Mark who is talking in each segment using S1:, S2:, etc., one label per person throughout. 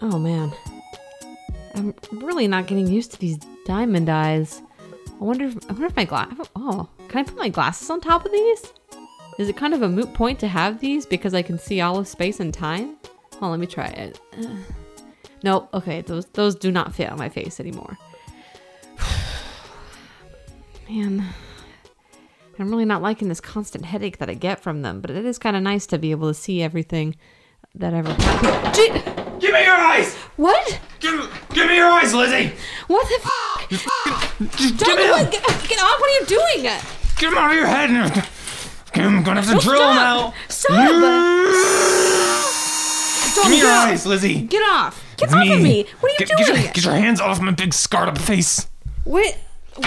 S1: Oh man. I'm really not getting used to these diamond eyes. I wonder if, I wonder if my glass. Oh, can I put my glasses on top of these? Is it kind of a moot point to have these because I can see all of space and time? Oh, let me try it. Uh, no, okay, those those do not fit on my face anymore. Man, I'm really not liking this constant headache that I get from them, but it is kind of nice to be able to see everything that ever. Gee-
S2: Give me your eyes!
S1: what?
S2: Give, give me your eyes, Lizzie!
S1: What the f?
S2: Just give me
S1: Donovan,
S2: them!
S1: get, get off! What are you doing?
S2: Get them out of your head! and- I'm gonna have to drill them
S1: Stop!
S2: out!
S1: Stop!
S2: Give me your
S1: Get off.
S2: eyes, Lizzie!
S1: Get off! Get off of me! What are you
S2: get, Get
S1: doing?
S2: your, get your hands off my big scarred up face!
S1: Wait,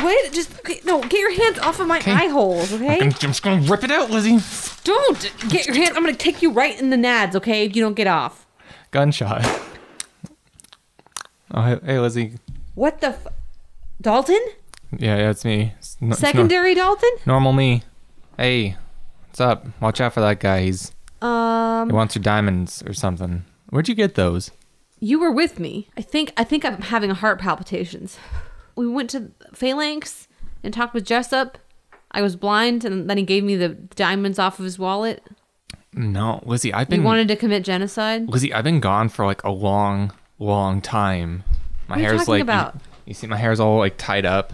S1: wait, just okay, no, get your hands off of my eye holes,
S2: I'm,
S1: okay?
S2: I'm just gonna rip it out, Lizzie!
S1: Don't get your hands. I'm gonna take you right in the nads, okay? If you don't get off.
S2: Gunshot. Oh, hey, hey, Lizzie.
S1: What the, f- Dalton?
S2: Yeah, yeah, it's me. It's no- it's no-
S1: Secondary Dalton?
S2: normal me. Hey, what's up? Watch out for that guy. He's
S1: Um,
S2: He wants your diamonds or something. Where'd you get those?
S1: you were with me. I think I think I'm having heart palpitations. We went to Phalanx and talked with Jessup. I was blind, and then he gave me the diamonds off of his wallet.
S2: No, Lizzie, I've
S1: He
S2: been
S1: wanted to commit genocide.
S2: Lizzie, I've been gone for like a long, long time. My
S1: What are you
S2: hair's
S1: talking
S2: like
S1: about?
S2: You, you see my hair's all like tied up.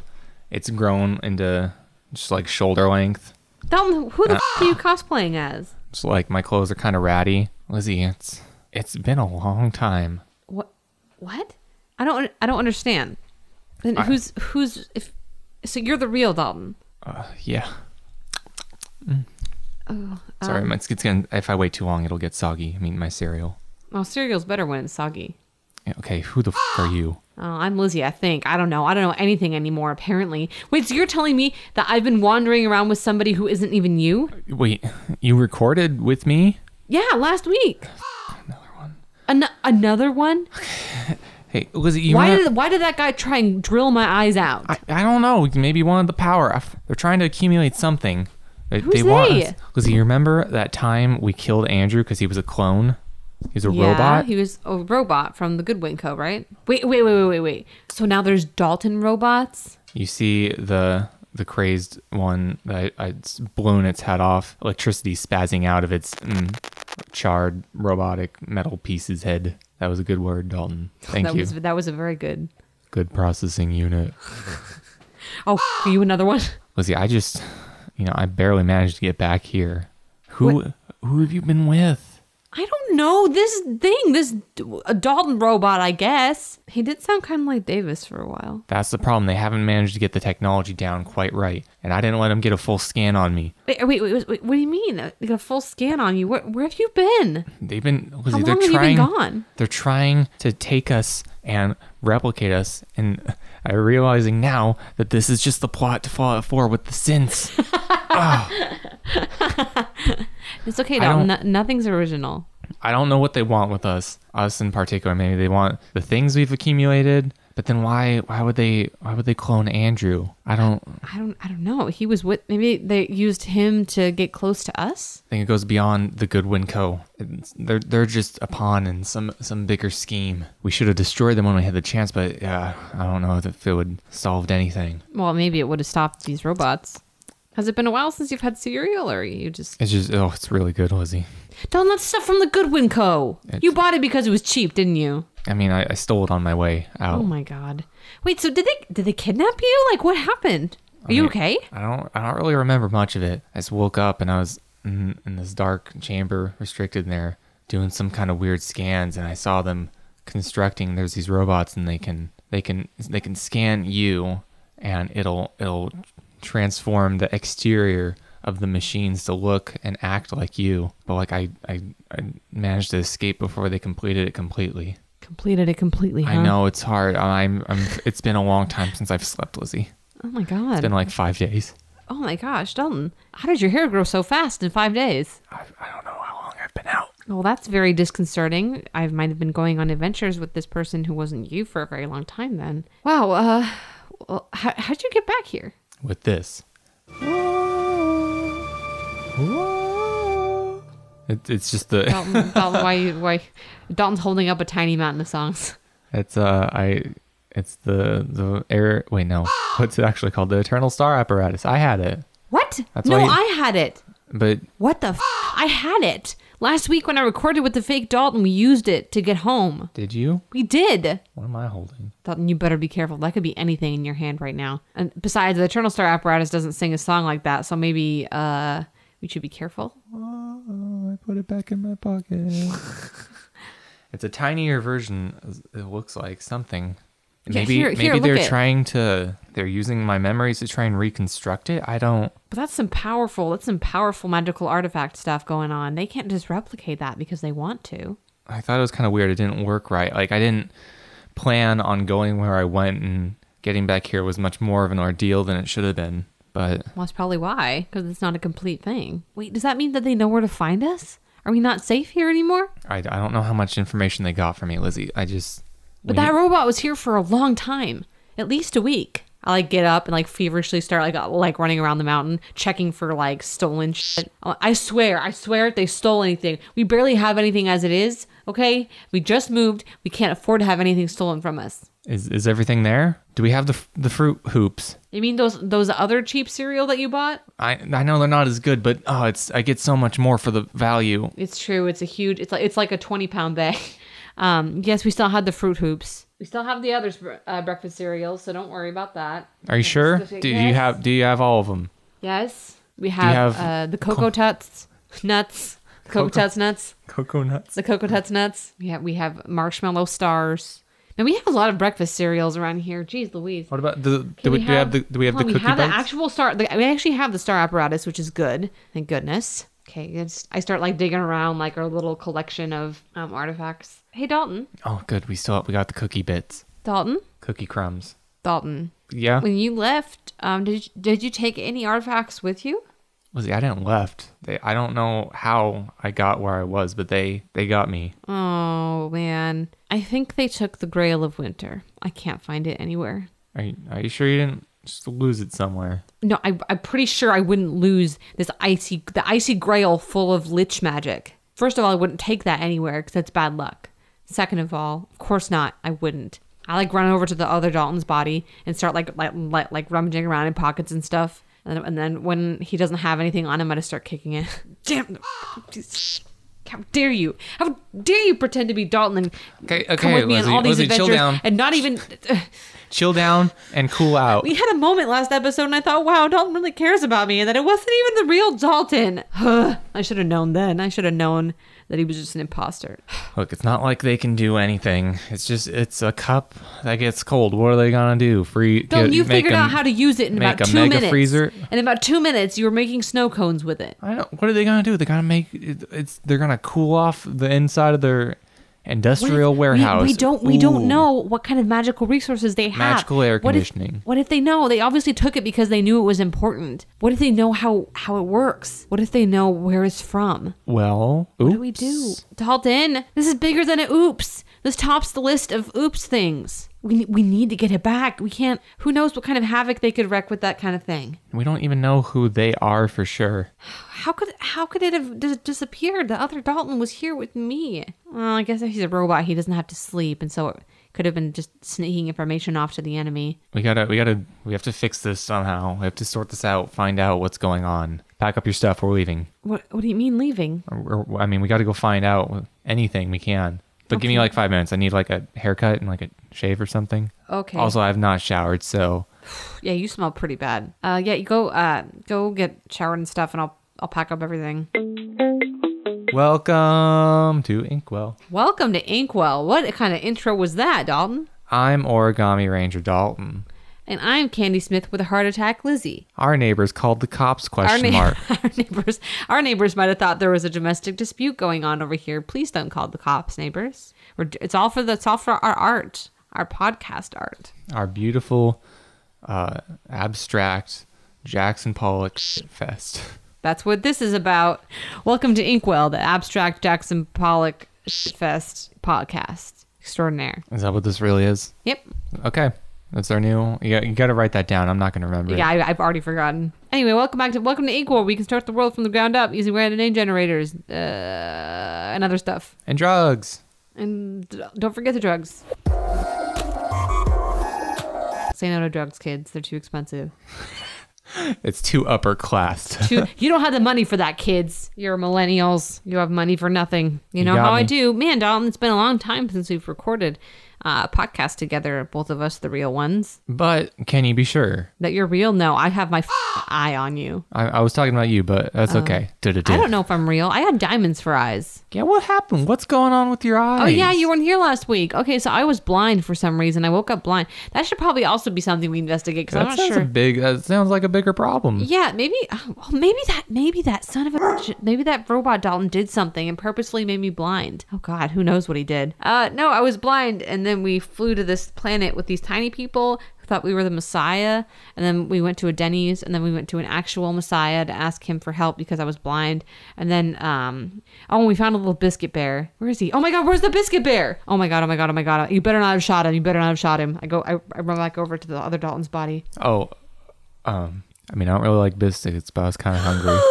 S2: It's grown into just like shoulder length.
S1: Dalton, who the f- are you cosplaying as?
S2: Just like my clothes are kind of ratty. Lizzie, it's it's been a long time.
S1: What? What? I don't. I don't understand. Then who's who's if? So you're the real Dalton.
S2: Yeah. Mm.
S1: Oh, um,
S2: Sorry, my it's gonna. If I wait too long, it'll get soggy. I mean, my cereal.
S1: Well, cereal's better when it's soggy.
S2: Yeah, Okay, who the f- are you?
S1: Oh, I'm Lizzie. I think I don't know. I don't know anything anymore. Apparently. Wait. So you're telling me that I've been wandering around with somebody who isn't even you?
S2: Wait, you recorded with me?
S1: Yeah. Last week. Another one. An- another one.
S2: Hey, Lizzie, you
S1: why
S2: wanna-
S1: did Why did that guy try and drill my eyes out?
S2: I, I don't know. Maybe one of the power. I f- They're trying to accumulate something. They,
S1: Who's they?
S2: us- Lizzie, you remember that time we killed Andrew because he was a clone? He's a
S1: yeah,
S2: robot.
S1: He was a robot from the Goodwin Co. Right? Wait. Wait. Wait. Wait. Wait. Wait. So now there's Dalton robots.
S2: You see the the crazed one that I, it's blown its head off. Electricity spazzing out of its mm, charred robotic metal piece's head. That was a good word, Dalton. Thank
S1: that
S2: you.
S1: was that was a very good.
S2: Good processing unit.
S1: Oh, are you another one?
S2: Lizzie, I just, you know, I barely managed to get back here. Who who have you been with?
S1: I don't know this thing, this d- a Dalton robot, I guess. He did sound kind of like Davis for a while.
S2: That's the problem. They haven't managed to get the technology down quite right, and I didn't let them get a full scan on me.
S1: Wait, wait, wait, wait what do you mean? Uh, They got a full scan on you. Where, where have you been?
S2: They've been Lizzie,
S1: How
S2: they're
S1: long have you
S2: trying
S1: been gone?
S2: they're trying to take us and replicate us, and I'm realizing now that this is just the plot to Fallout 4 with the synths.
S1: It's okay,
S2: don't-
S1: Dalton. No, nothing's original.
S2: I don't know what they want with us, us in particular. Maybe they want the things we've accumulated, but then why why would they why would they clone Andrew? I don't
S1: I don't, I don't know. He was with. Maybe they used him to get close to us.
S2: think it goes beyond the Goodwin Co. It's- They're they're just a pawn in some some bigger scheme. We should have destroyed them when we had the chance, but uh, I don't know if it would solved anything.
S1: Well, maybe it would have stopped these robots. Has it been a while since you've had cereal, or you just
S2: It's just oh, it's really good, Lizzie.
S1: Dalton? That's stuff from the Goodwin Co. You bought it because it was cheap, didn't you?
S2: I mean, I, I stole it on my way out.
S1: Oh my god. Wait, so did they did they kidnap you? Like what happened? Are you okay?
S2: I don't I don't really remember much of it. I just woke up and I was in, in this dark chamber, restricted in there, doing some kind of weird scans, and I saw them constructing. There's these robots, and they can they can they can scan you, and it'll it'll transform the exterior of the machines to look and act like you. But like I I, I managed to escape before they completed it completely.
S1: Completed it completely.
S2: I know it's hard. I'm I'm. It's been a long time since I've slept, Lizzie.
S1: Oh my god.
S2: It's been like five days.
S1: oh my gosh, Dalton. How did your hair grow so fast in five days?
S2: I, I don't know how long I've been out.
S1: Well, that's very disconcerting. I might have been going on adventures with this person who wasn't you for a very long time then. Wow, uh well, how, how'd you get back here?
S2: With this. It, it's just the.
S1: Dalton, Dalton, why you why Dalton's holding up a tiny mountain of songs.
S2: It's uh I. It's the the air. Wait, no. What's it actually called? The Eternal Star apparatus. I had it,
S1: What?
S2: That's
S1: no,
S2: why you-
S1: I had it.
S2: but
S1: What the? F- I had it last week when I recorded with the fake Dalton. We used it to get home.
S2: did you?
S1: We did.
S2: What am I holding?
S1: Dalton, you better be careful. That could be anything in your hand right now. And besides, the Eternal Star apparatus doesn't sing a song like that, so maybe uh we should be careful.
S2: Oh, I put it back in my pocket. it's a tinier version. It looks like something.
S1: Yeah,
S2: maybe
S1: here- here,
S2: maybe
S1: look
S2: they're
S1: it.
S2: trying to. They're using my memories to try and reconstruct it. I don't.
S1: But that's some powerful. That's some powerful magical artifact stuff going on. They can't just replicate that because they want to.
S2: I thought it was kind of weird. It didn't work right. Like I didn't plan on going where I went, and getting back here was much more of an ordeal than it should have been. But
S1: Well, that's probably why, because it's not a complete thing. Wait, does that mean that they know where to find us? Are we not safe here anymore?
S2: I, I don't know how much information they got from me, Lizzie. I just.
S1: But
S2: when
S1: that
S2: you-
S1: robot was here for a long time, at least a week. I like get up and like feverishly start like uh, like running around the mountain checking for like stolen shit. Uh, I swear, I swear, if they stole anything, we barely have anything as it is. Okay, we just moved. We can't afford to have anything stolen from us.
S2: is is everything there? Do we have the f- the fruit hoops?
S1: You mean those those other cheap cereal that you bought?
S2: I I know they're not as good, but oh, it's I get so much more for the value.
S1: It's true. It's a huge. It's like it's like a twenty pound bag. Um, yes, we still had the fruit hoops. We still have the other sp- uh, breakfast cereals, so don't worry about that.
S2: Are you sure?
S1: Yes.
S2: Do you have Do you have all of them?
S1: Yes, we have,
S2: have
S1: uh, the cocoa tuts nuts, cocoa tuts nuts,
S2: Coconuts.
S1: the cocoa tuts nuts. We have we have marshmallow stars, and we have a lot of breakfast cereals around here. Geez, Louise.
S2: What about the? Do we, do we have the? Do we have
S1: hold
S2: the
S1: on,
S2: cookie
S1: We have the
S2: bites?
S1: actual star. The, we actually have the star apparatus, which is good. Thank goodness. Okay, it's, I start like digging around like our little collection of um, artifacts. Hey, Dalton.
S2: oh, good. We still we got the cookie bits,
S1: Dalton.
S2: cookie crumbs.
S1: Dalton.
S2: Yeah.
S1: When you left, um, did you, did you take any artifacts with you?
S2: Lizzie, I didn't left. They, I don't know how I got where I was, but they they got me.
S1: Oh man, I think they took the Grail of Winter. I can't find it anywhere.
S2: Are you, are you sure you didn't just lose it somewhere?
S1: No, I, I'm pretty sure I wouldn't lose this icy, the icy Grail full of Lich magic. First of all, I wouldn't take that anywhere because that's bad luck. Second of all, of course not. I wouldn't. I like run over to the other Dalton's body and start like like like, like rummaging around in pockets and stuff. And, then- and then when he doesn't have anything on him, I just start kicking it. Damn! How dare you? How dare you pretend to be Dalton and
S2: Okay,
S1: come
S2: okay,
S1: with me on
S2: Lizzie,
S1: all these
S2: Lizzie, chill
S1: adventures
S2: down.
S1: and not even?
S2: Chill down and cool out.
S1: We had a moment last episode, and I thought, wow, Dalton really cares about me, and that it wasn't even the real Dalton. I should have known then. I should have known that he was just an imposter.
S2: Look, it's not like they can do anything. It's just it's a cup that gets cold. What are they gonna do? Free?
S1: Dalton,
S2: get-
S1: you
S2: make
S1: figured
S2: them-
S1: out how to use it in
S2: make
S1: about
S2: a
S1: two
S2: mega
S1: minutes.
S2: freezer?
S1: In about two minutes, you were making snow cones with it.
S2: I don't. What are they gonna do? They're gonna make it, it's. They're gonna cool off the inside of their
S1: What if-
S2: industrial
S1: we-
S2: warehouse.
S1: We, don't. We
S2: Ooh.
S1: don't know what kind of magical resources they have.
S2: Magical air
S1: What if-
S2: conditioning.
S1: What if, they know? They obviously took it because they knew it was important. What if they know how how it works? What if they know where it's from?
S2: Well,
S1: What do we do? Dalton, this is bigger than an oops. This tops the list of oops things. We, we need to get it back. We can't. Who knows what kind of havoc they could wreck with that kind of thing?
S2: We don't even know who they are for sure.
S1: How could how could it have dis- disappeared? The other Dalton was here with me. Well, I guess if he's a robot, he doesn't have to sleep, and so it could have been just sneaking information off to the enemy.
S2: We gotta. We gotta. We have to fix this somehow. We have to sort this out. Find out what's going on. Pack up your stuff. We're leaving.
S1: What what do you mean leaving?
S2: Or- or- I mean, we gotta go find out anything we can. But give me like five minutes. I need like a haircut and like a shave or something.
S1: Okay.
S2: Also, I've not showered, so
S1: yeah, you smell pretty bad. Uh, yeah, you go uh go get showered and stuff, and I'll I'll pack up everything.
S2: welcome to Inkwell.
S1: Welcome to Inkwell. What kind of intro was that, Dalton?
S2: I'm Origami Ranger Dalton.
S1: And I'm Candy Smith with a heart attack, Lizzie.
S2: Our neighbors called the cops question
S1: neigh-
S2: mark.
S1: our neighbors, our neighbors might have thought there was a domestic dispute going on over here. Please don't call the cops, neighbors. We're, d- it's all for the, it's all for our art, our podcast art.
S2: Our beautiful uh, abstract Jackson Pollock shit fest.
S1: That's what this is about. Welcome to Inkwell, the abstract Jackson Pollock Shitfest podcast. Extraordinaire.
S2: Is that what this really is?
S1: Yep.
S2: Okay. That's our new. Yeah, you got to write that down. I'm not going to remember.
S1: Yeah,
S2: It.
S1: I, I've already forgotten. Anyway, welcome back to Welcome to Equal. We can start the world from the ground up using random name generators uh, and other stuff.
S2: And drugs.
S1: And d- don't forget the drugs. Say no to drugs, kids. They're too expensive.
S2: It's too upper class.
S1: Too, you don't have the money for that, kids. You're millennials. You have money for nothing. You know
S2: got
S1: how I
S2: me.
S1: do. Man, Dalton, it's been a long time since we've recorded uh, a podcast together, both of us, the real ones.
S2: but can you be sure?
S1: That you're real? No, I have my f- eye on you.
S2: I, I was talking about you, but that's okay.
S1: Uh, I don't know if I'm real. I had diamonds for eyes.
S2: Yeah, what happened? What's going on with your eyes?
S1: Oh yeah, you weren't here last week. Okay, so I was blind for some reason. I woke up blind. That should probably also be something we investigate because
S2: That
S1: I'm not
S2: sounds
S1: sure.
S2: a big. That sounds like a bigger problem.
S1: yeah, maybe, oh, well, maybe that, maybe that son of a, bitch- maybe that robot Dalton did something and purposely made me blind. Oh God, who knows what he did? Uh, no, I was blind, and then we flew to this planet with these tiny people who thought we were the Messiah, and then we went to a Denny's, and then we went to an actual Messiah to ask him for help because I was blind, and then um, oh, and we found a little biscuit bear. Where is he? Oh my God, where's the biscuit bear? Oh my God, oh my God, oh my God! You better not have shot him. You better not have shot him. I go, I, I run back over to the other Dalton's body.
S2: Oh, um, I mean, I don't really like biscuits, but I was kind of hungry.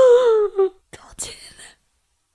S1: Dalton.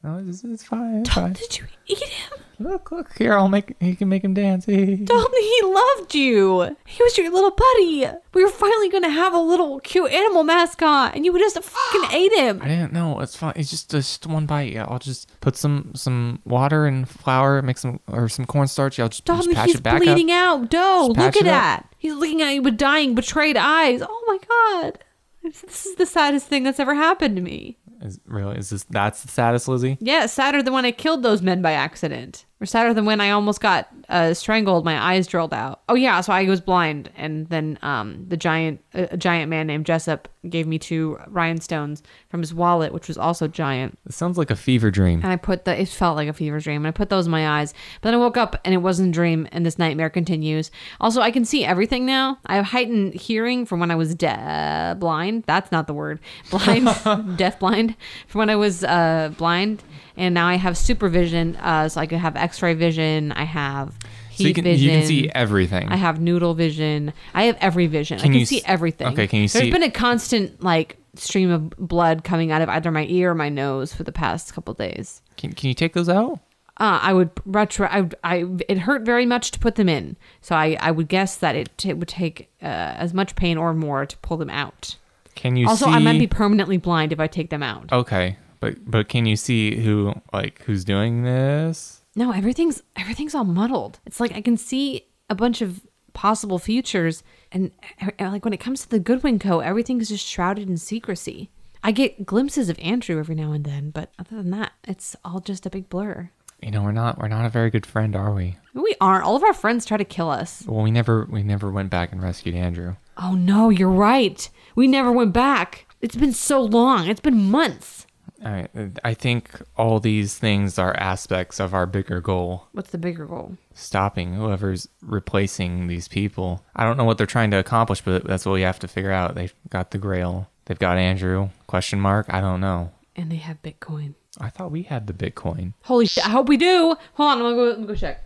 S2: no, it's, it's fine. It's fine.
S1: Did you eat him?
S2: Look, look here. I'll make. You can make him dance.
S1: Dalton, he loved you. He was your little buddy. We were finally gonna have a little cute animal mascot, and you just fucking ate him.
S2: I didn't know. It's fine. It's just just one bite. Yeah, I'll just put some some water and flour, make some or some cornstarch. I'll just, just
S1: Dalton,
S2: patch
S1: he's
S2: it back
S1: bleeding
S2: up.
S1: out. No,
S2: Just
S1: look
S2: patch
S1: at
S2: it up.
S1: that. He's looking at you with dying, betrayed eyes. Oh my god. This is the saddest thing that's ever happened to me.
S2: Is, really? Is this that's the saddest, Lizzie?
S1: Yeah, sadder than when I killed those men by accident, or sadder than when I almost got uh, strangled, my eyes drilled out. Oh yeah, so I was blind, and then um, the giant, a a giant man named Jessup gave me two rhinestones from his wallet, which was also giant.
S2: It sounds like a fever dream.
S1: And I put the, it felt like a fever dream, and I put those in my eyes. But then I woke up, and it wasn't a dream, and this nightmare continues. Also, I can see everything now. I have heightened hearing from when I was de- blind. That's not the word. Blind, deaf blind. From when I was uh, blind, and now I have supervision, uh, so I can have X-ray vision. I have heat
S2: So you can
S1: vision.
S2: you can see everything.
S1: I have noodle vision. I have every vision. I
S2: Can
S1: can
S2: you
S1: see
S2: s-
S1: everything.
S2: okay, can you
S1: There's
S2: see-
S1: been a constant like stream of blood coming out of either my ear or my nose for the past couple days.
S2: can can you take those out?
S1: Uh, I would retro. I, would- I it hurt very much to put them in, so I, I would guess that it, it would take uh, as much pain or more to pull them out.
S2: Can you
S1: also,
S2: see?
S1: I might be permanently blind if I take them out.
S2: Okay, but but can you see who like who's doing this?
S1: No, everything's everything's all muddled. It's like I can see a bunch of possible futures, and uh, uh, like when it comes to the Goodwin Co., everything's just shrouded in secrecy. I get glimpses of Andrew every now and then, but other than that, it's all just a big blur.
S2: You know, we're not we're not a very good friend, are we?
S1: We aren't. All of our friends try to kill us.
S2: Well, we never we never went back and rescued Andrew.
S1: Oh no, you're right. We never went back. It's been so long. It's been months.
S2: All right, I think all these things are aspects of our bigger goal.
S1: What's the bigger goal?
S2: stopping whoever's replacing these people. I don't know what they're trying to accomplish, but that's what we have to figure out. They've got the Grail. They've got Andrew? Question mark? I don't know.
S1: And they have Bitcoin.
S2: I thought we had the Bitcoin.
S1: Holy shit! I hope we do. Hold on, I'm gonna go, I'm gonna go check.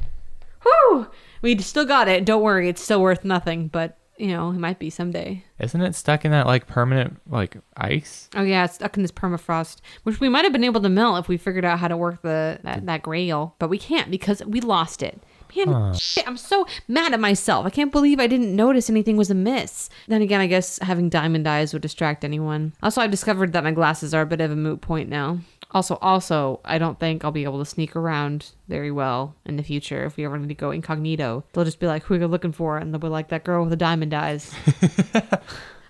S1: Whew! We still got it. Don't worry, it's still worth nothing. But you know, it might be someday.
S2: Isn't it stuck in that like permanent like ice?
S1: Oh yeah, it's stuck in this permafrost, which we might have been able to melt if we figured out how to work the that, that grail, but we can't because we lost it. Man, shit, I'm so mad at myself. I can't believe I didn't notice anything was amiss. Then again, I guess having diamond eyes would distract anyone. Also, I discovered that my glasses are a bit of a moot point now. Also, also, I don't think I'll be able to sneak around very well in the future if we ever need to go incognito. They'll just be like, "Who are you looking for?" and they'll be like, "That girl with the diamond eyes."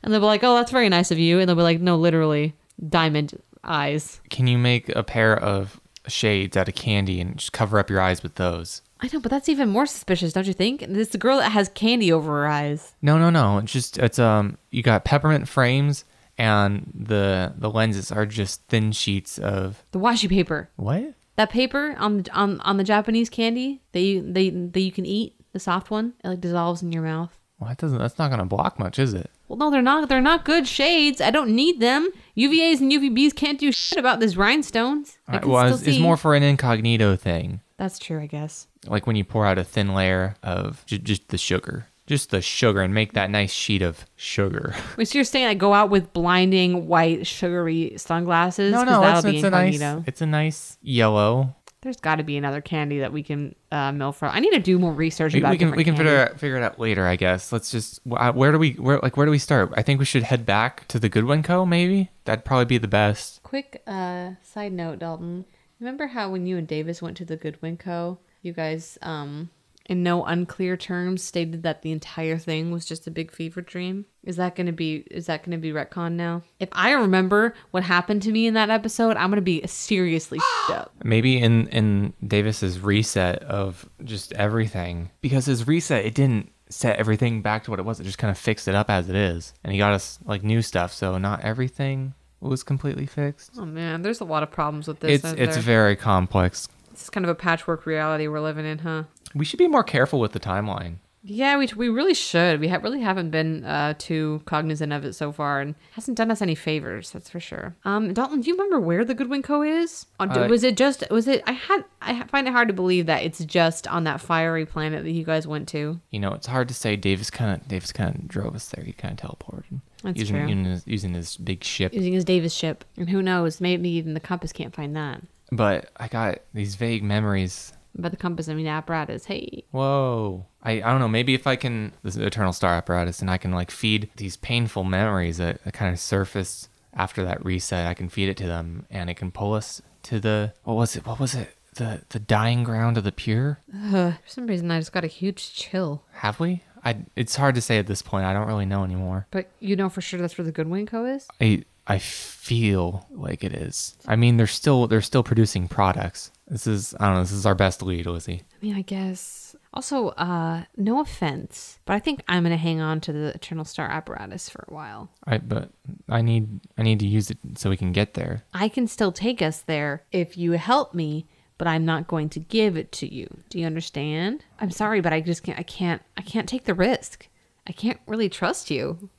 S1: And they'll be like, oh, that's very nice of you. And they'll be like, no, literally, diamond eyes.
S2: Can you make a pair of shades out of candy and just cover up your eyes with those?
S1: I know, but that's even more suspicious, don't you think? It's the girl that has candy over her eyes.
S2: No, no, no. It's just it's um you got peppermint frames and the the lenses are just thin sheets of
S1: The washi paper.
S2: what?
S1: That paper on the, on, on the Japanese candy that you, they, that you can eat, the soft one, it like dissolves in your mouth.
S2: Well, that doesn't that's not going to block much, is it?
S1: Well, no, they're not. They're not good shades. I don't need them. UVAs and UVBs can't do shit about these rhinestones. I
S2: Alright,
S1: can
S2: well,
S1: still
S2: it's, it's
S1: see.
S2: more for an incognito thing.
S1: That's true, I guess.
S2: like when you pour out a thin layer of j- just the sugar. just the sugar and make that nice sheet of sugar.
S1: Wait, so you're saying I go out with blinding white sugary sunglasses? 'Cause that'll
S2: it's,
S1: be
S2: it's a nice,
S1: incognito.
S2: it's a nice yellow.
S1: There's got to be another candy that we can uh, mill for. I need to do more research
S2: We,
S1: about.
S2: we can
S1: different
S2: we can
S1: candies.
S2: figure it, figure it out later, I guess. Let's just wh- uh, where do we where like where do we start? I think we should head back to the Goodwin Co. Maybe that'd probably be the best.
S1: Quick uh, side note, Dalton. Remember how when you and Davis went to the Goodwin Co, you guys, um, in no unclear terms, stated that the entire thing was just a big fever dream? Is that gonna be? Is that gonna be retcon now? If I remember what happened to me in that episode, I'm gonna be seriously shit up.
S2: Maybe in in Davis's reset of just everything because his reset it didn't set everything back to what it was. It just kind of fixed it up as it is, and he got us like new stuff. So not everything was completely fixed.
S1: Oh man, there's a lot of problems with this.
S2: It's
S1: isn't
S2: it's
S1: there?
S2: very complex.
S1: This is kind of a patchwork reality we're living in, huh?
S2: We should be more careful with the timeline.
S1: Yeah, we, we really should. We ha- really haven't been uh, too cognizant of it so far, and hasn't done us any favors. That's for sure. Um, Dalton, do you remember where the Goodwin Co is? On,
S2: Uh,
S1: was it just? Was it? I had. I ha- find it hard to believe that it's just on that fiery planet that you guys went to.
S2: you know, it's hard to say. Davis kind of Davis kind of drove us there. He kind of teleported
S1: That's
S2: using,
S1: true.
S2: Using, his, using his big ship.
S1: Using his Davis ship, and who knows? Maybe even the compass can't find that.
S2: But I got these vague memories.
S1: But the compass, I mean, the apparatus. Hey,
S2: Whoa! I, I don't know. Maybe if I can this is Eternal Star apparatus, and I can like feed these painful memories that, that kind of surfaced after that reset. I can feed it to them, and it can pull us to the what was it? What was it? The the dying ground of the pure.
S1: Ugh, for some reason, I just got a huge chill.
S2: Have we? I. It's hard to say at this point. I don't really know anymore.
S1: But you know for sure that's where the Goodwin Co is.
S2: I I feel like it is. I mean, they're still they're still producing products. This is I don't know. This is our best lead, Lizzie.
S1: I mean, I guess. Also, uh, no offense, but I think I'm gonna hang on to the Eternal Star apparatus for a while.
S2: I but I need I need to use it so we can get there.
S1: I can still take us there if you help me, but I'm not going to give it to you. Do you understand? I'm sorry, but I just can't. I can't. I can't take the risk. I can't really trust you.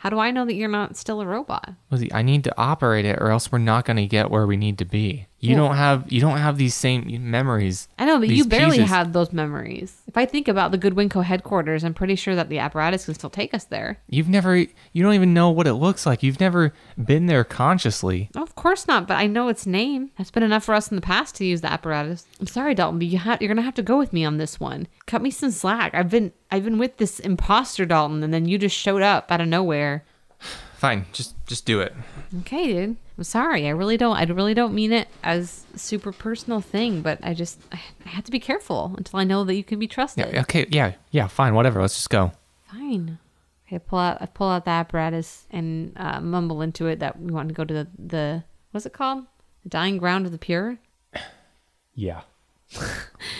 S1: How do I know that you're not still a robot?
S2: Lizzie, I need to operate it, or else we're not going to get where we need to be. You don't have you don't have these same memories.
S1: I know, but you
S2: these
S1: barely
S2: pieces.
S1: had those memories. If I think about the Goodwin Co headquarters, I'm pretty sure that the apparatus can still take us there.
S2: You've never you don't even know what it looks like. You've never been there consciously.
S1: No, of course not, but I know its name. That's been enough for us in the past to use the apparatus. I'm sorry, Dalton, but you ha- you're gonna have to go with me on this one. Cut me some slack. I've been I've been with this imposter Dalton, and then you just showed up out of nowhere.
S2: Fine, just just do it.
S1: Okay, dude. I'm sorry. I really don't. I really don't mean it as a super personal thing, but I just I had to be careful until I know that you can be trusted.
S2: Yeah, okay, yeah, yeah, fine, whatever. Let's just go.
S1: Fine. Okay, I pull out. I pull out the apparatus and uh, mumble into it that we want to go to the the what's it called? The dying ground of the pure.
S2: Yeah.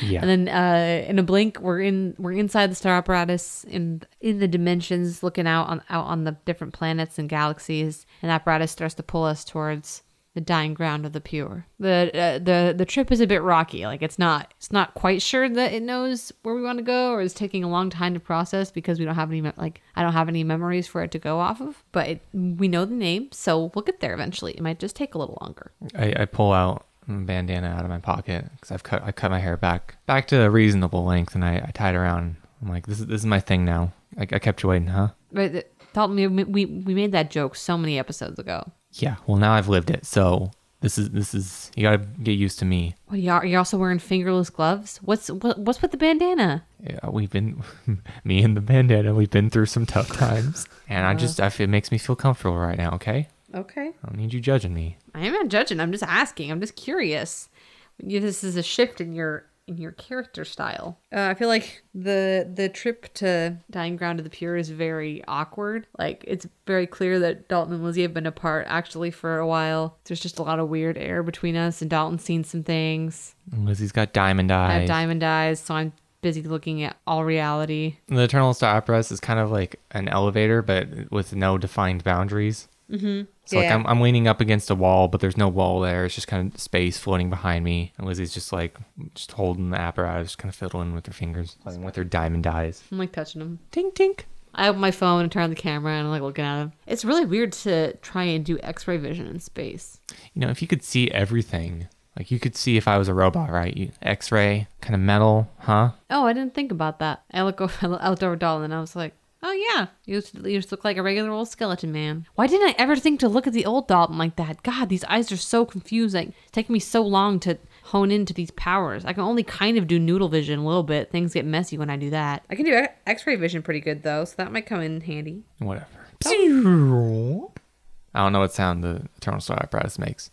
S2: yeah.
S1: And then uh, in a blink, we're in we're inside the star apparatus in in the dimensions, looking out on out on the different planets and galaxies. And the apparatus starts to pull us towards the dying ground of the pure. the uh, the The trip is a bit rocky. Like it's not it's not quite sure that it knows where we want to go, or it's taking a long time to process because we don't have any me- like I don't have any memories for it to go off of. But it, we know the name, so we'll get there eventually. It might just take a little longer.
S2: I, I pull out a bandana out of my pocket because I've cut I cut my hair back back to a reasonable length and I, I tied it around. I'm like this is this is my thing now. I, I kept you waiting, huh?
S1: But it- Dalton, we, we we made that joke so many episodes ago.
S2: Yeah. Well, now I've lived it, so this is this is you gotta get used to me.
S1: What, you're, you're also wearing fingerless gloves? What's what, what's with the bandana?
S2: Yeah, Uh, we've been me and the bandana. We've been through some tough times, and
S1: Uh-huh.
S2: I just I feel, it makes me feel comfortable right now. Okay,
S1: Okay.
S2: I don't need you judging me.
S1: I'm not judging. I'm just asking. I'm just curious. You- This is a shift in your in your character style. Uh, I feel like the the trip to Dying Ground of the Pure is very awkward. Like it's very clear that Dalton and Lizzie have been apart actually for a while. There's just a lot of weird air between us, and Dalton's seen some things.
S2: Lizzie's got diamond
S1: I
S2: eyes.
S1: have diamond eyes, so I'm busy looking at all reality.
S2: the Eternal Star Apparatus is kind of like an elevator, but with no defined boundaries. Mm-hmm. So like
S1: Yeah.
S2: I'm, I'm leaning up against a wall, but there's no wall there. It's just kind of space floating behind me. And Lizzie's just like just holding the apparatus, just kind of fiddling with her fingers, playing with her diamond eyes.
S1: I'm like touching them.
S2: Tink tink.
S1: I open my phone and turn on the camera and I'm like looking at him. It's really weird to try and do x ray vision in space.
S2: You know, if you could see everything, Like you could see if I was a robot, right? You, X-ray, kind of metal, huh?
S1: Oh, I didn't think about that. I look over, I looked over Doll and I was like, oh yeah, you just, you just look like a regular old skeleton man. Why didn't I ever think to look at the old Dalton like that? God, these eyes are so confusing. It's taking me so long to hone into these powers. I can only kind of do noodle vision a little bit. Things get messy when I do that. I can do x ray vision pretty good though, so that might come in handy.
S2: Whatever. I don't know what sound the Eternal Star apparatus makes.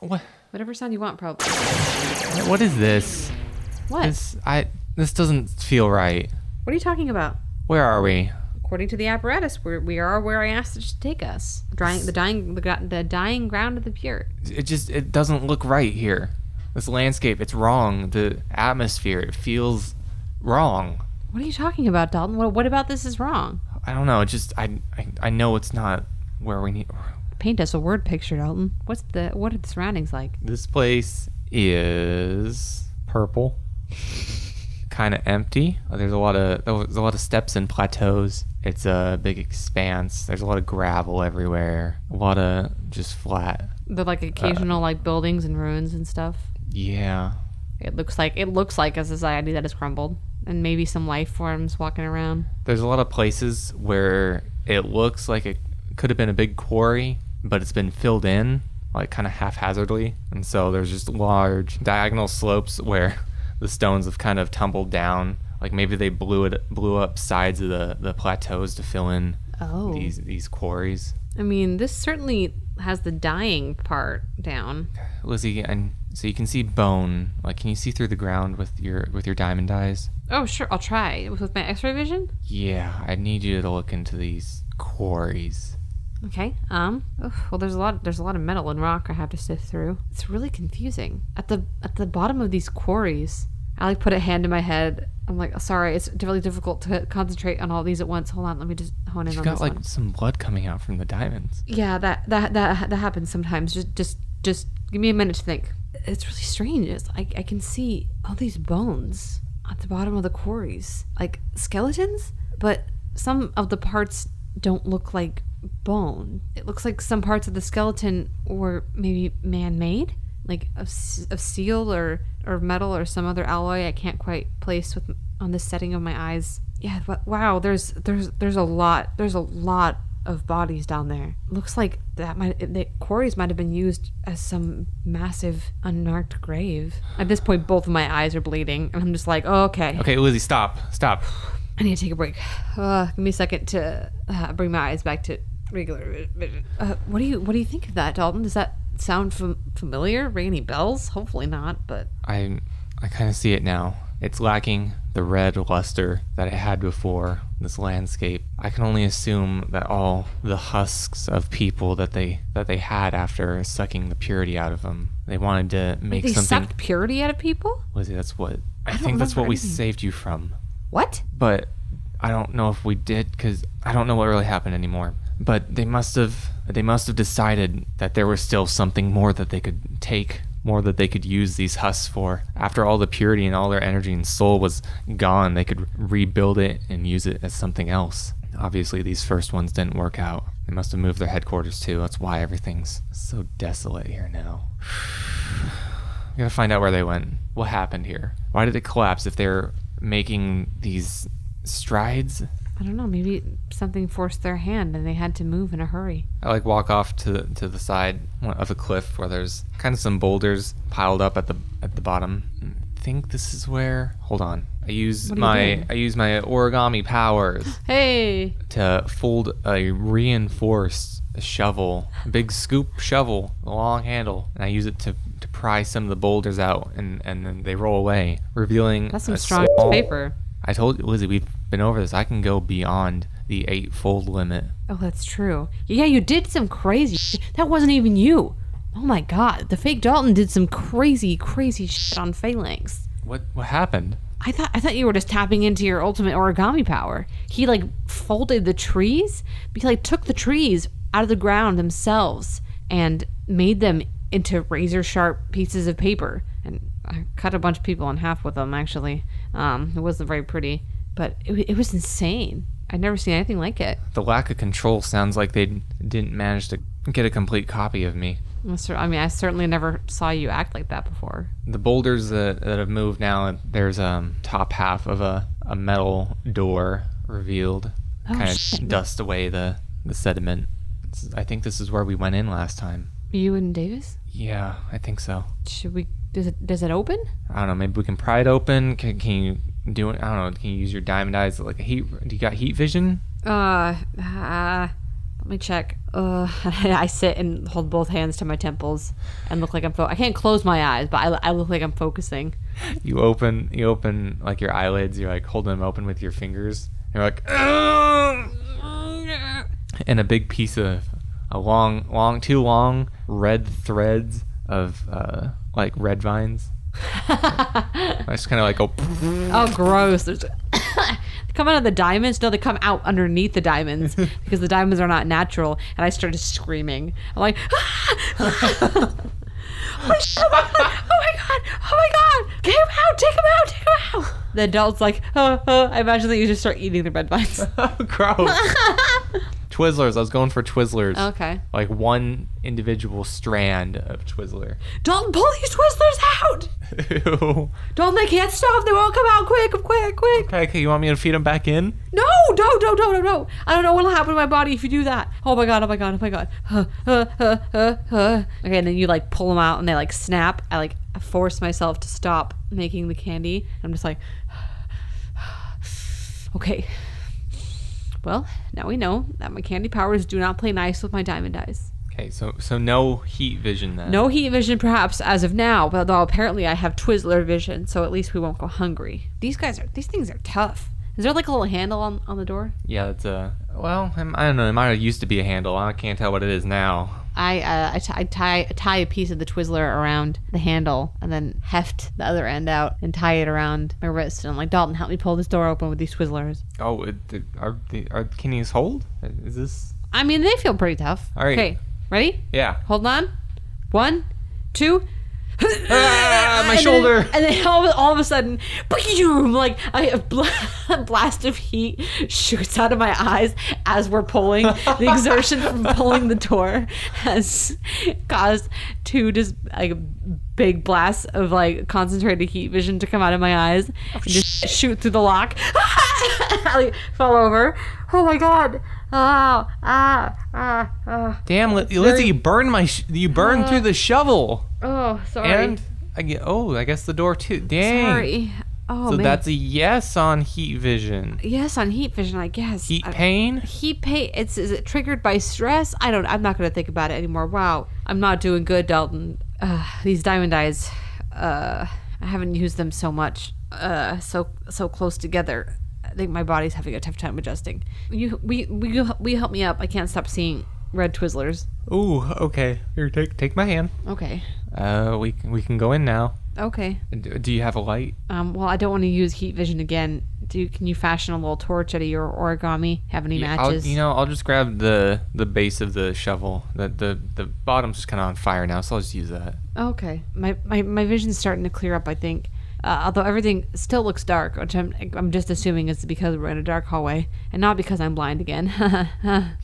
S2: What?
S1: Whatever sound you want, probably.
S2: What is this?
S1: What?
S2: This I. This doesn't feel right.
S1: What are you talking about?
S2: Where are we?
S1: According to the apparatus, we're, we are where I asked it to take us. Drying, the dying, the, gra- the dying ground of the pure.
S2: It just it doesn't look right here. This landscape, it's wrong. The atmosphere, it feels wrong.
S1: What are you talking about, Dalton? What, what about this is wrong?
S2: I don't know. It just I I, I know it's not where we need.
S1: Paint us a word picture, Dalton. What's the what are the surroundings like?
S2: This place is purple, kind of empty. Uh, There's a lot of there's a lot of steps and plateaus. It's a big expanse. There's a lot of gravel everywhere. A lot of just flat.
S1: The like occasional like buildings and ruins and stuff.
S2: Yeah,
S1: It looks like it looks like a society that has crumbled, and maybe some life forms walking around.
S2: there's a lot of places where it looks like it could have been a big quarry, but it's been filled in like kind of haphazardly, and so there's just large diagonal slopes where the stones have kind of tumbled down. Like maybe they blew it blew up sides of the, the plateaus to fill in
S1: Oh,
S2: these these quarries.
S1: I mean, this certainly has the dying part down.
S2: Lizzie, and so you can see bone. Like, can you see through the ground with your with your diamond eyes?
S1: Oh, sure, I'll try with with my X-ray vision.
S2: Yeah, I need you to look into these quarries.
S1: Okay. Um. oof, well, there's a lot. There's a lot of metal and rock I have to sift through. It's really confusing. At the at the bottom of these quarries, I like put a hand to my head. I'm like, sorry, it's really difficult to concentrate on all these at once. Hold on, let me just hone in
S2: You
S1: on
S2: got
S1: this
S2: like
S1: one.
S2: some blood coming out from the diamonds.
S1: Yeah, that that that that happens sometimes. Just just just give me a minute to think. It's really strange. It's, I I can see all these bones at the bottom of the quarries, like skeletons, but some of the parts don't look like bone. It looks like some parts of the skeleton were maybe man-made, like of, s- of steel or or metal or some other alloy I can't quite place with on the setting of my eyes. Yeah, but wow, there's there's there's a lot there's a lot of bodies down there. Looks like that might the quarries might have been used as some massive unmarked grave. At this point, both of my eyes are bleeding, and I'm just like, oh, okay,
S2: Okay, Lizzie, stop, stop.
S1: I need to take a break. Uh, give me a second to uh, bring my eyes back to regular vi- vision. Uh, what do you what do you think of that, Dalton? Does that sound fam- familiar? Ring any bells? Hopefully not, but
S2: I I kind of see it now. It's lacking the red luster that it had before this landscape. I can only assume that all the husks of people that they that they had after sucking the purity out of them, they wanted to make
S1: they
S2: something.
S1: sucked purity out of people.
S2: Lizzie, that's what I,
S1: don't
S2: think that's what
S1: remember
S2: we
S1: anything.
S2: saved you from.
S1: What?
S2: But I don't know if we did because I don't know what really happened anymore. But they must have they must have decided that there was still something more that they could take, more that they could use these husks for. After all the purity and all their energy and soul was gone, they could rebuild it and use it as something else. Obviously, these first ones didn't work out. They must have moved their headquarters too. That's why everything's so desolate here now. We gotta find out where they went. What happened here? Why did it collapse if they're making these strides?
S1: I don't know. Maybe something forced their hand, and they had to move in a hurry.
S2: I like walk off to the, to the side of a cliff where there's kind of some boulders piled up at the at the bottom. I think this is where. Hold on. I use
S1: What are you
S2: my
S1: doing?
S2: I use my origami powers
S1: Hey,
S2: to fold a reinforced shovel, a big scoop shovel, a long handle, and I use it to, to pry some of the boulders out, and, and then they roll away, revealing
S1: that's some
S2: a
S1: strong
S2: small-
S1: paper.
S2: I told you, Lizzie, we've been over this. I can go beyond the eightfold limit.
S1: Oh, that's true. Yeah, you did some crazy. Sh- that wasn't even you. Oh my God, the fake Dalton did some crazy, crazy shit on Phalanx.
S2: What what happened?
S1: I thought I thought you were just tapping into your ultimate origami power. He like folded the trees. He like took the trees out of the ground themselves and made them into razor sharp pieces of paper. And I cut a bunch of people in half with them. Actually, um, it wasn't very pretty, but it, wa- it was insane. I'd never seen anything like it.
S2: The lack of control sounds like they didn't manage to get a complete copy of me.
S1: I'm cer- I mean, I certainly never saw you act like that before.
S2: the boulders that, that have moved now there's um top half of a, a metal door revealed
S1: Oh,
S2: kind
S1: shit.
S2: of dust away the the sediment This is- i think this is where we went in last time
S1: You and Davis?
S2: yeah i think so
S1: Should we? Does it? Does it open?
S2: i don't know maybe we can pry it open can, can you do it i don't know can you use your diamond eyes like a heat do you got heat vision
S1: Uh, uh let me check. Uh, I sit and hold both hands to my temples and look like I'm. Fo- I can't close my eyes, but I, I look like I'm focusing.
S2: you open you open like your eyelids you're like holding them open with your fingers and you're like "Ugh." and a big piece of a long, long, too long red threads of uh, like red vines. I just kind of like go.
S1: Oh, gross! There's they come out of the diamonds. No, they come out underneath the diamonds because the diamonds are not natural. And I started screaming. I'm like, oh, shit, oh my god! Oh my god! Oh my god! Get him out! Take him out! Take him out! The adult's like, oh, oh. I imagine that you just start eating the red vines.
S2: Gross. Twizzlers. I was going for Twizzlers.
S1: Okay.
S2: Like one individual strand of Twizzler.
S1: Dalton, pull these Twizzlers out!
S2: Ew.
S1: Dalton, they can't stop. They won't come out. Quick, quick, quick.
S2: Okay, you want me to feed them back in?
S1: No, no, no, no, no, no. I don't know what'll happen to my body if you do that. Oh my god, oh my god, oh my god. Huh, huh, huh, huh, huh. Okay, and then you like pull them out and they like snap. I like force myself to stop making the candy. I'm just like, okay. Well, now we know that my candy powers do not play nice with my diamond eyes.
S2: Okay, so so no heat vision then.
S1: No heat vision, perhaps, as of now, but though apparently I have Twizzler vision, so at least we won't go hungry. These guys are, these things are tough. Is there like a little handle on, on the door?
S2: Yeah, that's a. Well, I'm, I don't know. It might have used to be a handle. I can't tell what it is now.
S1: I, uh, I, t- I tie, tie a piece of the Twizzler around the handle and then heft the other end out and tie it around my wrist. And I'm like, Dalton, help me pull this door open with these Twizzlers.
S2: Oh, it, it- are the are can these hold? Is this?
S1: I mean, they feel pretty tough.
S2: All right.
S1: Okay, ready?
S2: Yeah.
S1: Hold on. One, two.
S2: Ah, my
S1: And then-
S2: shoulder.
S1: and then all, of- all of a sudden, boom! Like I, a bla- a blast of heat shoots out of my eyes as we're pulling. The exertion from pulling the door has caused two just like big blasts of like concentrated heat vision to come out of my
S2: Oh,
S1: eyes and just shoot through the lock. I like, fell over. Oh my god! Oh, ah, ah, ah.
S2: Damn, Li- Lizzie, you burned my sh- you burned through the shovel,
S1: Oh, Uh, sorry.
S2: and I get oh, I guess the door too. Dang.
S1: sorry. Oh
S2: So
S1: man.
S2: that's a yes on heat vision.
S1: yes on heat vision, I guess.
S2: Heat
S1: I-
S2: pain.
S1: Heat pain. It's is it triggered by stress? I don't. I'm not gonna think about it anymore. Wow, I'm not doing good, Dalton. Uh, these diamond eyes. Uh, I haven't used them so much. Uh, so so close together. I think my body's having a tough time adjusting. You we we you, we help me up. I can't stop seeing red Twizzlers.
S2: Ooh, okay. Here, take take my hand.
S1: Okay.
S2: Uh, we can- we can go in now.
S1: Okay.
S2: D- Do you have a light?
S1: Um, well, I don't want to use heat vision again. Do you, can you fashion a little torch out of your origami? Have any
S2: Yeah, I'll,
S1: matches?
S2: you know, I'll just grab the the base of the shovel. The the the bottom's just kind of on fire now, so I'll just use that.
S1: Okay. My, my my vision's starting to clear up, I think. Uh, although everything still looks dark, which I'm I'm just assuming is because we're in a dark hallway and not because I'm blind again.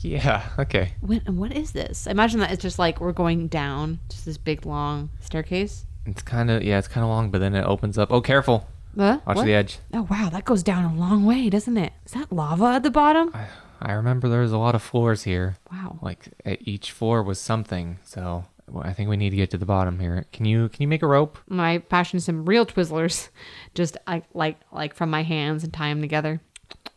S2: Yeah. Okay.
S1: when, and what is this? I imagine that it's just like we're going down, just this big long staircase.
S2: It's kind of yeah, it's kind of long, but then it opens up. Oh, careful!
S1: Uh,
S2: Watch
S1: what?
S2: the edge.
S1: Oh wow, that goes down a long way, doesn't it? Is that lava at the bottom?
S2: I remember there was a lot of floors here.
S1: Wow.
S2: Like at each floor was something. So well, I think we need to get to the bottom here. Can you can you make a rope?
S1: my passion is some real Twizzlers, just like like like from my hands and tie them together.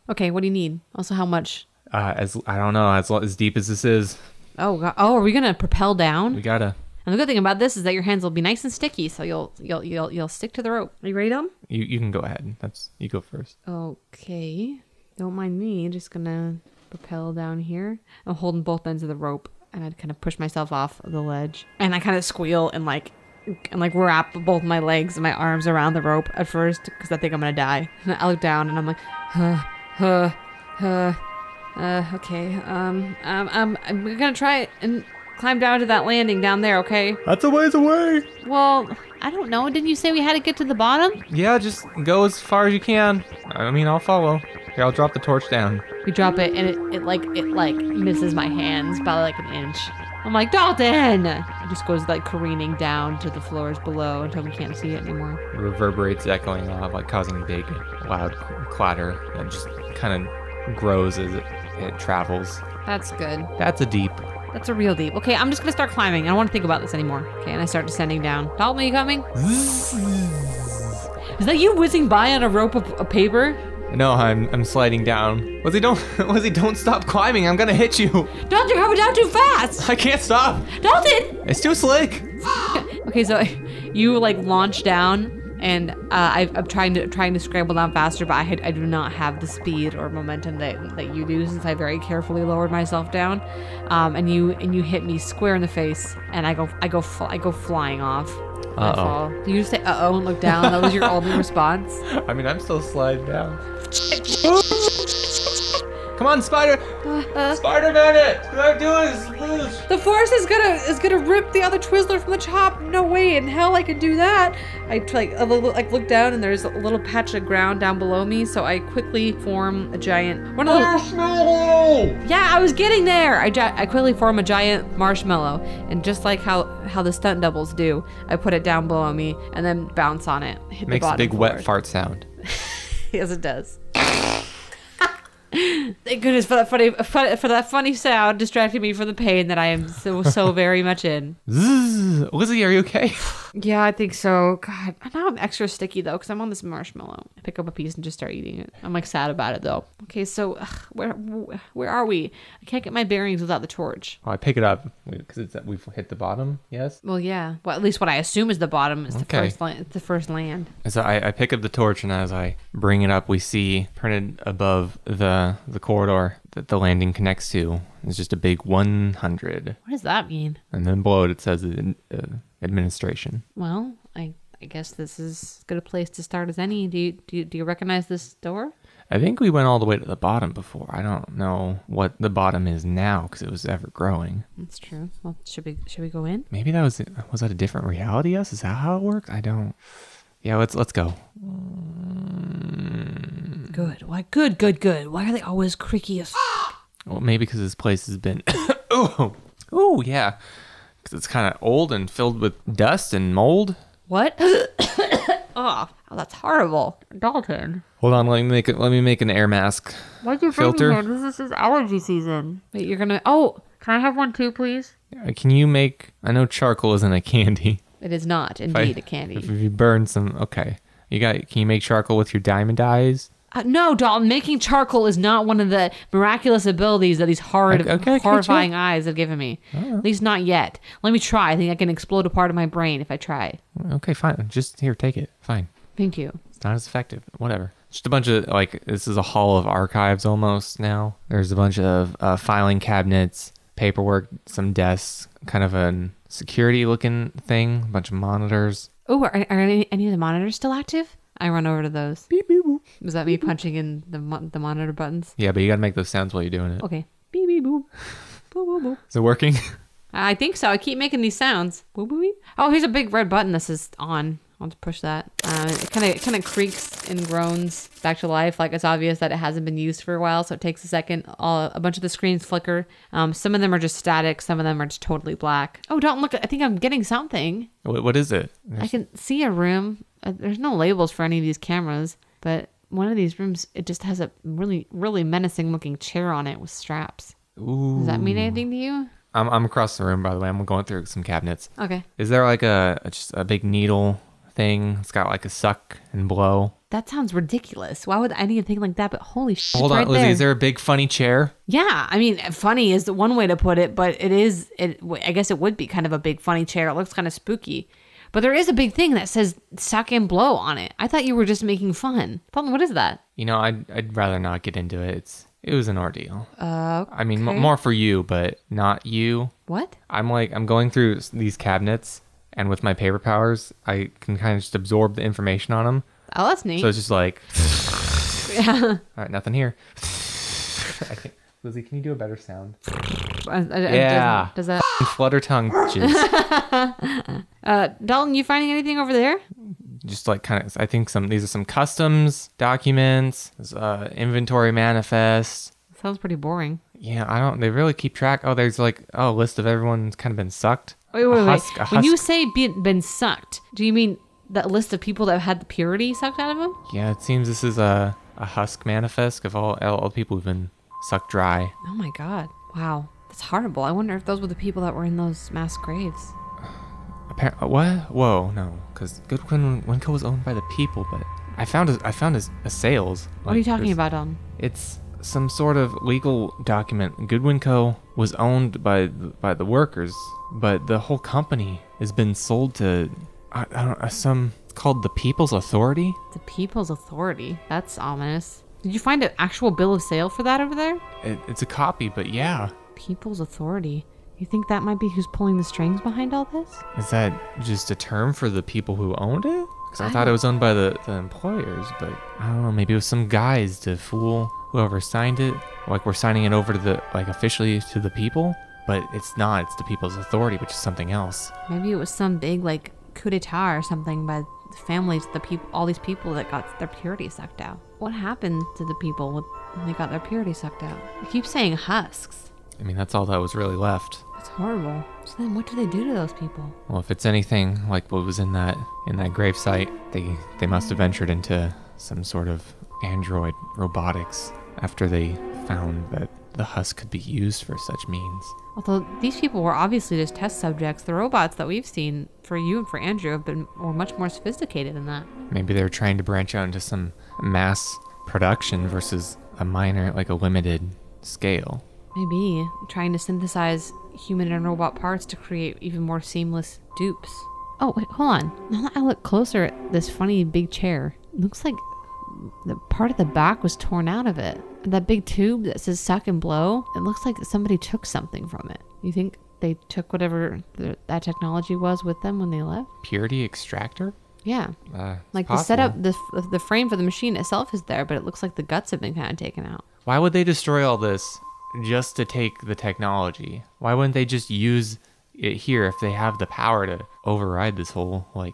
S1: Okay, what do you need? Also, how much?
S2: Uh, as I don't know, as lo- as deep as this is,
S1: Oh, God. oh, are we gonna propel
S2: we
S1: down?
S2: gotta.
S1: And the good thing about this is that your hands will be nice and sticky, so you'll you'll you'll you'll stick to the rope. Are you ready, Dom?
S2: You you can go ahead. That's you go first.
S1: Okay, don't mind me. Just gonna propel down here. I'm holding both ends of the rope, and I'd kind of push myself off of the ledge, and I kind of squeal and like and like wrap both my legs and my arms around the rope at first because I think I'm gonna die. And I look down and I'm like, huh, huh, huh. Uh, okay. Um, um, um, I'm gonna try and climb down to that landing down there. Okay.
S2: That's a ways away.
S1: Well, I don't know. Didn't you say we had to get to the bottom?
S2: Yeah, just go as far as you can. I mean, I'll follow. Here, I'll drop the torch down.
S1: We drop it and it, it like it like misses my hands by like an inch. I'm like, Dalton! It just goes like careening down to the floors below until we can't see it anymore.
S2: reverberates, echoing off, like causing big, loud clatter that just kind of grows as it, it travels.
S1: That's good.
S2: That's a deep.
S1: That's a real deep. Okay, I'm just gonna start climbing. I don't wanna think about this anymore. Okay, and I start descending down. Dalton, are you coming? Is that you whizzing by on a rope of of paper?
S2: No, I'm I'm sliding down. Lizzie, don't Lizzie, don't stop climbing. I'm gonna hit you.
S1: Dalton, you're coming down too fast!
S2: I can't stop.
S1: Dalton!
S2: It's too slick.
S1: Okay, so you like launch down, and uh, I, I'm trying to trying to scramble down faster, but I had, I do not have the speed or momentum that, that you do since I very carefully lowered myself down, um, and you and you hit me square in the face, and I go I go fl- I go flying off. I
S2: Uh-oh.
S1: fall. Did you just say uh oh and look down? That was your only response.
S2: I mean, I'm still sliding down. Come on, Spider. Spider Man, it. What I'm doing is
S1: The force is gonna is gonna rip the other Twizzler from the top. No way in hell I can do that. I t- like a little, like look down and there's a little patch of ground down below me, so I quickly form a giant one of those.
S2: marshmallow.
S1: Yeah, I was getting there. I, gi- I quickly form a giant marshmallow, and just like how how the stunt doubles do, I put it down below me and then bounce on it. Hit
S2: Makes
S1: the
S2: a
S1: bottom
S2: big wet
S1: floor.
S2: fart sound.
S1: Yes, it does. Thank goodness for that funny fun, for that funny sound distracting me from the pain that I am so so very much in.
S2: Zzz. Lizzie, are you okay?
S1: Yeah, I think so. God, now I'm extra sticky though because I'm on this marshmallow. I pick up a piece and just start eating it. I'm like sad about it though. Okay, so ugh, where where are we? I can't get my bearings without the torch.
S2: Oh, I pick it up because it's uh, we've hit the bottom. Yes.
S1: Well, yeah. Well, at least what I assume is the bottom is the
S2: Okay.
S1: first land. It's the first land.
S2: As I, I pick up the torch and as I bring it up, we see printed above the the corridor that the landing connects to is just a big 100,
S1: What does that mean?
S2: and then below it it says ad- uh, administration.
S1: Well, I I guess this is as good a place to start as any. Do you do you, do you recognize this door?
S2: I think we went all the way to the bottom before. I don't know what the bottom is now because it was ever growing.
S1: That's true. Well, should we should we go in?
S2: Maybe that was was that a different reality? Us is that how it worked? I don't. Yeah, let's let's go.
S1: Mm-hmm. Good. Why? Good. Good. Good. Why are they always creaky as?
S2: Well, maybe because this place has been. oh, oh yeah, because it's kind of old and filled with dust and mold.
S1: What? oh, oh, that's horrible. Dalton.
S2: Hold on, let me make it. Let me make an air mask.
S1: Why'd you
S2: bring me Filter. here?
S1: This is allergy season. Wait, you're gonna. Oh, can I have one too, please?
S2: Uh, Can you make? I know charcoal isn't a candy.
S1: It is not
S2: I-
S1: indeed a
S2: If
S1: candy.
S2: you burn some, okay. You got? Can you make charcoal with your diamond eyes?
S1: Uh, no, Dalton. Making charcoal is not one of the miraculous abilities that these horrid,
S2: Okay, okay, okay,
S1: horrifying eyes have given me. At least not yet. Let me try. I think I can explode a part of my brain if I try.
S2: Okay, fine. Just here, take it. Fine.
S1: Thank you.
S2: It's not as effective. Whatever. Just a bunch of like this is a hall of archives almost now. There's a bunch of uh, filing cabinets, paperwork, some desks, kind of a security looking thing, a bunch of monitors.
S1: Oh, are, are any, any of the monitors still active? I run over to those.
S2: Beep, beep, boop.
S1: Was that me punching in the mon- the monitor buttons?
S2: Yeah, but you gotta make those sounds while you're doing it.
S1: Okay. Beep beep boop. Boop boop boop.
S2: Is it working?
S1: I think so. I keep making these sounds. Boop, boop, beep. Oh, here's a big red button. This is on. I'll just push that. Uh, it kind of kind of creaks and groans back to life. Like it's obvious that it hasn't been used for a while, so it takes a second. All, a bunch of the screens flicker. Um, some of them are just static. Some of them are just totally black. Oh, don't look! I think I'm getting something.
S2: what, what is it?
S1: I can see a room. Uh, there's no labels for any of these cameras, but one of these rooms it just has a really really menacing looking chair on it with straps.
S2: Ooh.
S1: Does that mean anything to you?
S2: I'm, I'm across the room, by the way. I'm going through some cabinets.
S1: Okay.
S2: Is there like a, a just a big needle thing? It's got like a suck and blow.
S1: That sounds ridiculous. Why would anything like that? But holy shit!
S2: Hold on,
S1: right
S2: Lizzie.
S1: there.
S2: Is there a big funny chair?
S1: Yeah, I mean, funny is the one way to put it, but it is. It I guess it would be kind of a big funny chair. It looks kind of spooky, but there is a big thing that says "suck and blow" on it. I thought you were just making fun. Dalton, what is that?
S2: You know, I'd, I'd rather not get into it. It's it was an ordeal.
S1: Uh,
S2: I mean, m-
S1: okay.
S2: more for you, but not you.
S1: what?
S2: I'm like I'm going through s- these cabinets, and with my paper powers, I can kind of just absorb the information on them.
S1: Oh, that's neat.
S2: So it's just like, all right, nothing here. I think Lizzie, can you do a better sound?
S1: I- I- I- Uh, does-
S2: Yeah.
S1: Does, that?
S2: Flutter tongue, jizz.
S1: Uh, Dalton, you finding anything over there?
S2: just like kind of. I think some these are some customs documents, there's, uh, inventory manifest.
S1: Sounds pretty boring.
S2: Yeah, I don't. They really keep track. Oh, there's like oh, a list of everyone's kind of been sucked.
S1: Wait, wait,
S2: A
S1: wait.
S2: husk- a
S1: When you
S2: husk-
S1: say be, been sucked, do you mean that list of people that have had the purity sucked out of them?
S2: Yeah, it seems this is a, a husk manifest of all, all the people who've been sucked dry.
S1: Oh my god. Wow. That's horrible. I wonder if those were the people that were in those mass graves.
S2: Appar- uh, what? Whoa, no, because Goodwin Winco was owned by the people, but I found a, I found a, a sales.
S1: What are you
S2: Like,
S1: talking
S2: there's-
S1: about, Don?
S2: It's some sort of legal document. Goodwin Co. was owned by th- by the workers, but the whole company has been sold to I, I don't know, some it's called the People's Authority.
S1: The People's Authority. That's ominous. Did you find an actual bill of sale for that over there?
S2: It, it's a copy, but yeah,
S1: People's Authority. You think that might be who's pulling the strings behind all this?
S2: is that just a term for the people who owned it? Because I,
S1: I
S2: thought it was owned by the, the employers, but I don't know. Maybe it was some guys to fool whoever signed it. Like we're signing it over to the like officially to the people, but it's not. It's the People's Authority, which is something else.
S1: Maybe it was some big like coup d'état or something by the families, the people, all these people that got their purity sucked out. What happened to the people when they got their purity sucked out? I keep saying husks.
S2: I mean, that's all that was really left.
S1: That's horrible. So then, what do they do to those people?
S2: Well, if it's anything like what was in that in that gravesite, they they must have ventured into some sort of android robotics after they found that the husk could be used for such means.
S1: Although these people were obviously just test subjects, the robots that we've seen for you and for Andrew have been were much more sophisticated than that.
S2: Maybe they were trying to branch out into some mass production versus a minor, like a limited scale.
S1: Maybe trying to synthesize human and robot parts to create even more seamless dupes. Oh, wait, hold on. Now that I look closer at this funny big chair, it looks like the part of the back was torn out of it. And that big tube that says suck and blow, it looks like somebody took something from it. You think they took whatever th that technology was with them when they left?
S2: Purity extractor?
S1: Yeah.
S2: Uh, it's
S1: Like the
S2: possible.
S1: setup, the, f- the frame for the machine itself is there, but it looks like the guts have been kind of taken out.
S2: Why would they destroy all this just to take the technology? Why wouldn't they just use it here if they have the power to override this whole like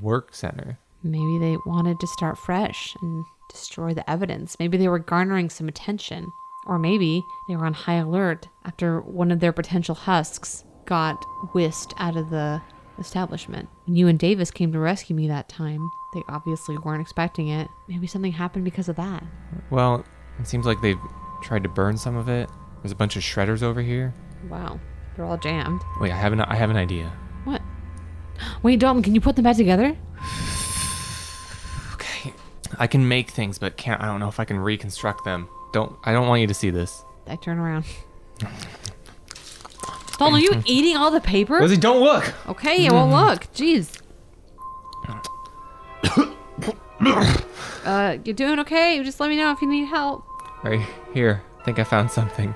S2: work center?
S1: Maybe they wanted to start fresh and destroy the evidence. Maybe they were garnering some attention. Or maybe they were on high alert after one of their potential husks got whisked out of the establishment. When you and Davis came to rescue me that time, they obviously weren't expecting it. Maybe something happened because of that.
S2: Well, it seems like they've tried to burn some of it. There's a bunch of shredders over here.
S1: Wow, they're all jammed.
S2: Wait, I have an I have an idea.
S1: What? Wait, Dalton, can you put them back together?
S2: Okay. I can make things, but can't I don't know if I can reconstruct them. Don't I don't want you to see this.
S1: I turn around. Dalton, are you eating all the paper?
S2: Lizzie, don't look.
S1: Okay, well look, jeez. uh, you're doing okay. Just let me know if you need help.
S2: Right here. I think I found something.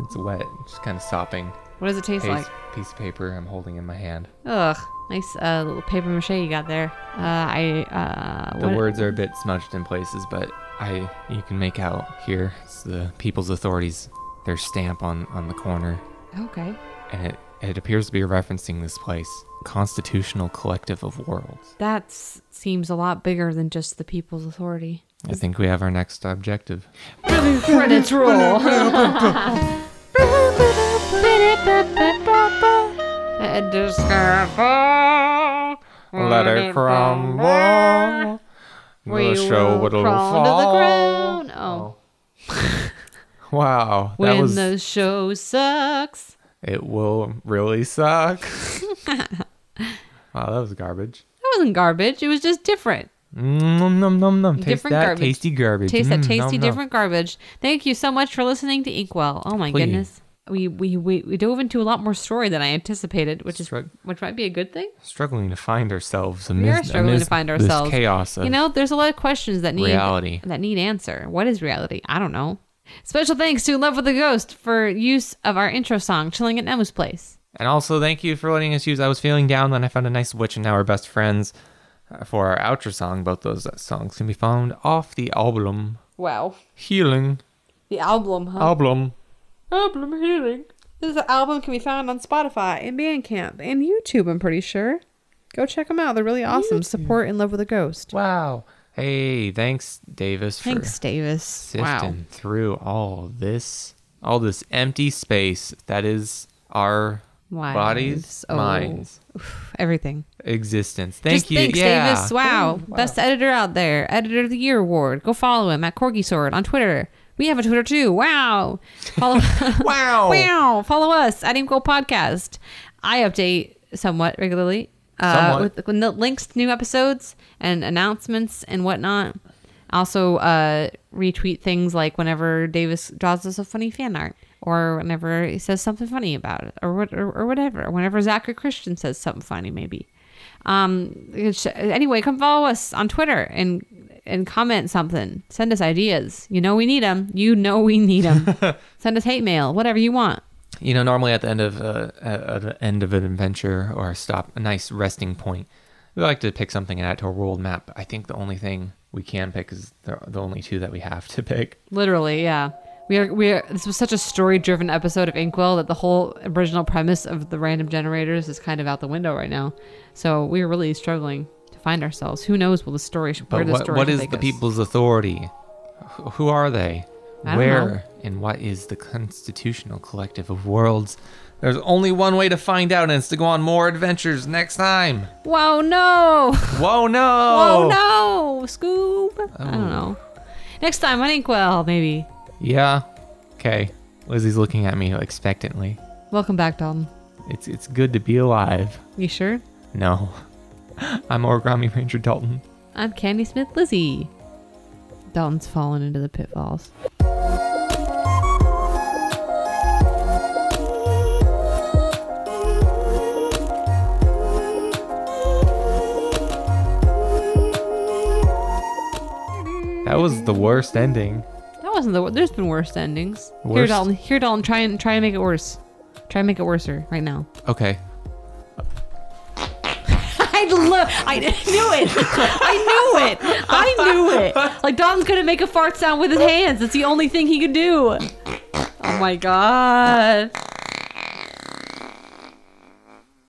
S2: It's wet. Just kind of sopping.
S1: What does it taste
S2: Piece,
S1: like?
S2: piece of paper I'm holding in my hand.
S1: Ugh, nice uh, little paper mache you got there. Uh, I uh,
S2: The
S1: what-
S2: words are a bit smudged in places, but I you can make out here it's the People's Authorities their stamp on on the corner,
S1: Okay.
S2: and it it appears to be referencing this place, Constitutional Collective of Worlds.
S1: That s- seems a lot bigger than just the People's Authority.
S2: I think we have our next objective.
S1: Credits roll. And just, uh,
S2: Letter from Rome.
S1: Ah. We
S2: The show
S1: will
S2: will
S1: crawl to the
S2: fall.
S1: ground. Oh.
S2: Oh. wow, that
S1: when
S2: was
S1: the show sucks.
S2: it. Will really suck. wow, that was garbage.
S1: That wasn't garbage. It was just different.
S2: Nom nom nom nom. Taste
S1: Different
S2: that
S1: garbage.
S2: tasty garbage.
S1: Taste that
S2: Mm,
S1: tasty,
S2: nom, nom.
S1: different garbage. Thank you so much for listening to Inkwell. Oh my
S2: Please.
S1: goodness. We, we, we, we dove into a lot more story than I anticipated, which is
S2: Strug-
S1: which might be a good thing.
S2: Struggling to find ourselves amidst,
S1: We are struggling
S2: amidst
S1: to find
S2: this
S1: ourselves.
S2: chaos of
S1: you know, there's a lot of questions that need
S2: reality.
S1: that need answer. What is reality? I don't know. Special thanks to Love with a Ghost for use of our intro song, Chilling at Nemu's Place.
S2: And also, thank you for letting us use. I was feeling down, then I found a nice witch, and now we're best friends. uh, For our outro song, both those uh, songs can be found off the album
S1: Wow.
S2: Healing
S1: The album,
S2: Oh,
S1: huh?
S2: Album.
S1: Album Healing. This album can be found on Spotify and Bandcamp and YouTube, I'm pretty sure. Go check them out. They're really awesome. Support In Love with a Ghost.
S2: Wow. Hey, thanks, Davis, for
S1: Thanks, Davis.
S2: sifting through all this, all this empty space that is our
S1: Wow.
S2: bodies,
S1: Oh,
S2: minds,
S1: oof, everything.
S2: existence. Thank
S1: Just
S2: you.
S1: Thanks,
S2: yeah.
S1: Davis. Oh, Wow. Best editor out there. Editor of the Year award. Go follow him at Corgi Sword on Twitter. We have a Twitter too. Wow. Follow
S2: Wow.
S1: Wow. Follow us at Imco Podcast. I update somewhat regularly uh,
S2: Somewhat.
S1: with, with the links to new episodes and announcements and whatnot. Also, uh, retweet things like whenever Davis draws us a funny fan art or whenever he says something funny about it or, what, or, or whatever. Or whenever Zach or Christian says something funny, maybe. Um, it's- anyway, come follow us on Twitter and and comment something. Send us ideas. You know we need them. You know we need them. Send us hate mail, whatever you want.
S2: You know, normally at the end of uh, at at the end of an adventure or a stop, a nice resting point, we like to pick something and add to our world map. but I think the only thing we can pick is the, the only two that we have to pick.
S1: Literally, yeah. We are, we are, this was such a story driven episode of Inkwell that the whole original premise of the random generators is kind of out the window right now. So we are really struggling to find ourselves. Who knows will the story, where
S2: But
S1: the
S2: what,
S1: story
S2: what
S1: will
S2: is
S1: take
S2: the
S1: us.
S2: people's authority? Wh- Who are they?
S1: I don't
S2: Where
S1: know.
S2: and what is the constitutional collective of worlds? There's only one way to find out, and it's to go on more adventures next time.
S1: Whoa, no!
S2: Whoa, no!
S1: Whoa,
S2: Oh.
S1: no! Scoob! I don't know. Next time on Inkwell, maybe.
S2: Yeah. Okay. Lizzie's looking at me expectantly.
S1: Welcome back, Dalton.
S2: It's it's good to be alive.
S1: You sure?
S2: No. I'm Origami Ranger Dalton.
S1: I'm Candy Smith Lizzie. Dalton's fallen into the pitfalls.
S2: That was the worst ending.
S1: That wasn't the. wor- There's been worse endings. Here,
S2: Worst?
S1: Dalton. Here, Dalton. Try and try and make it worse. Try and make it worser right now.
S2: Okay.
S1: I love. I knew it. I knew it. I knew it. Like Dalton's gonna make a fart sound with his hands. It's the only thing he can do. Oh my god.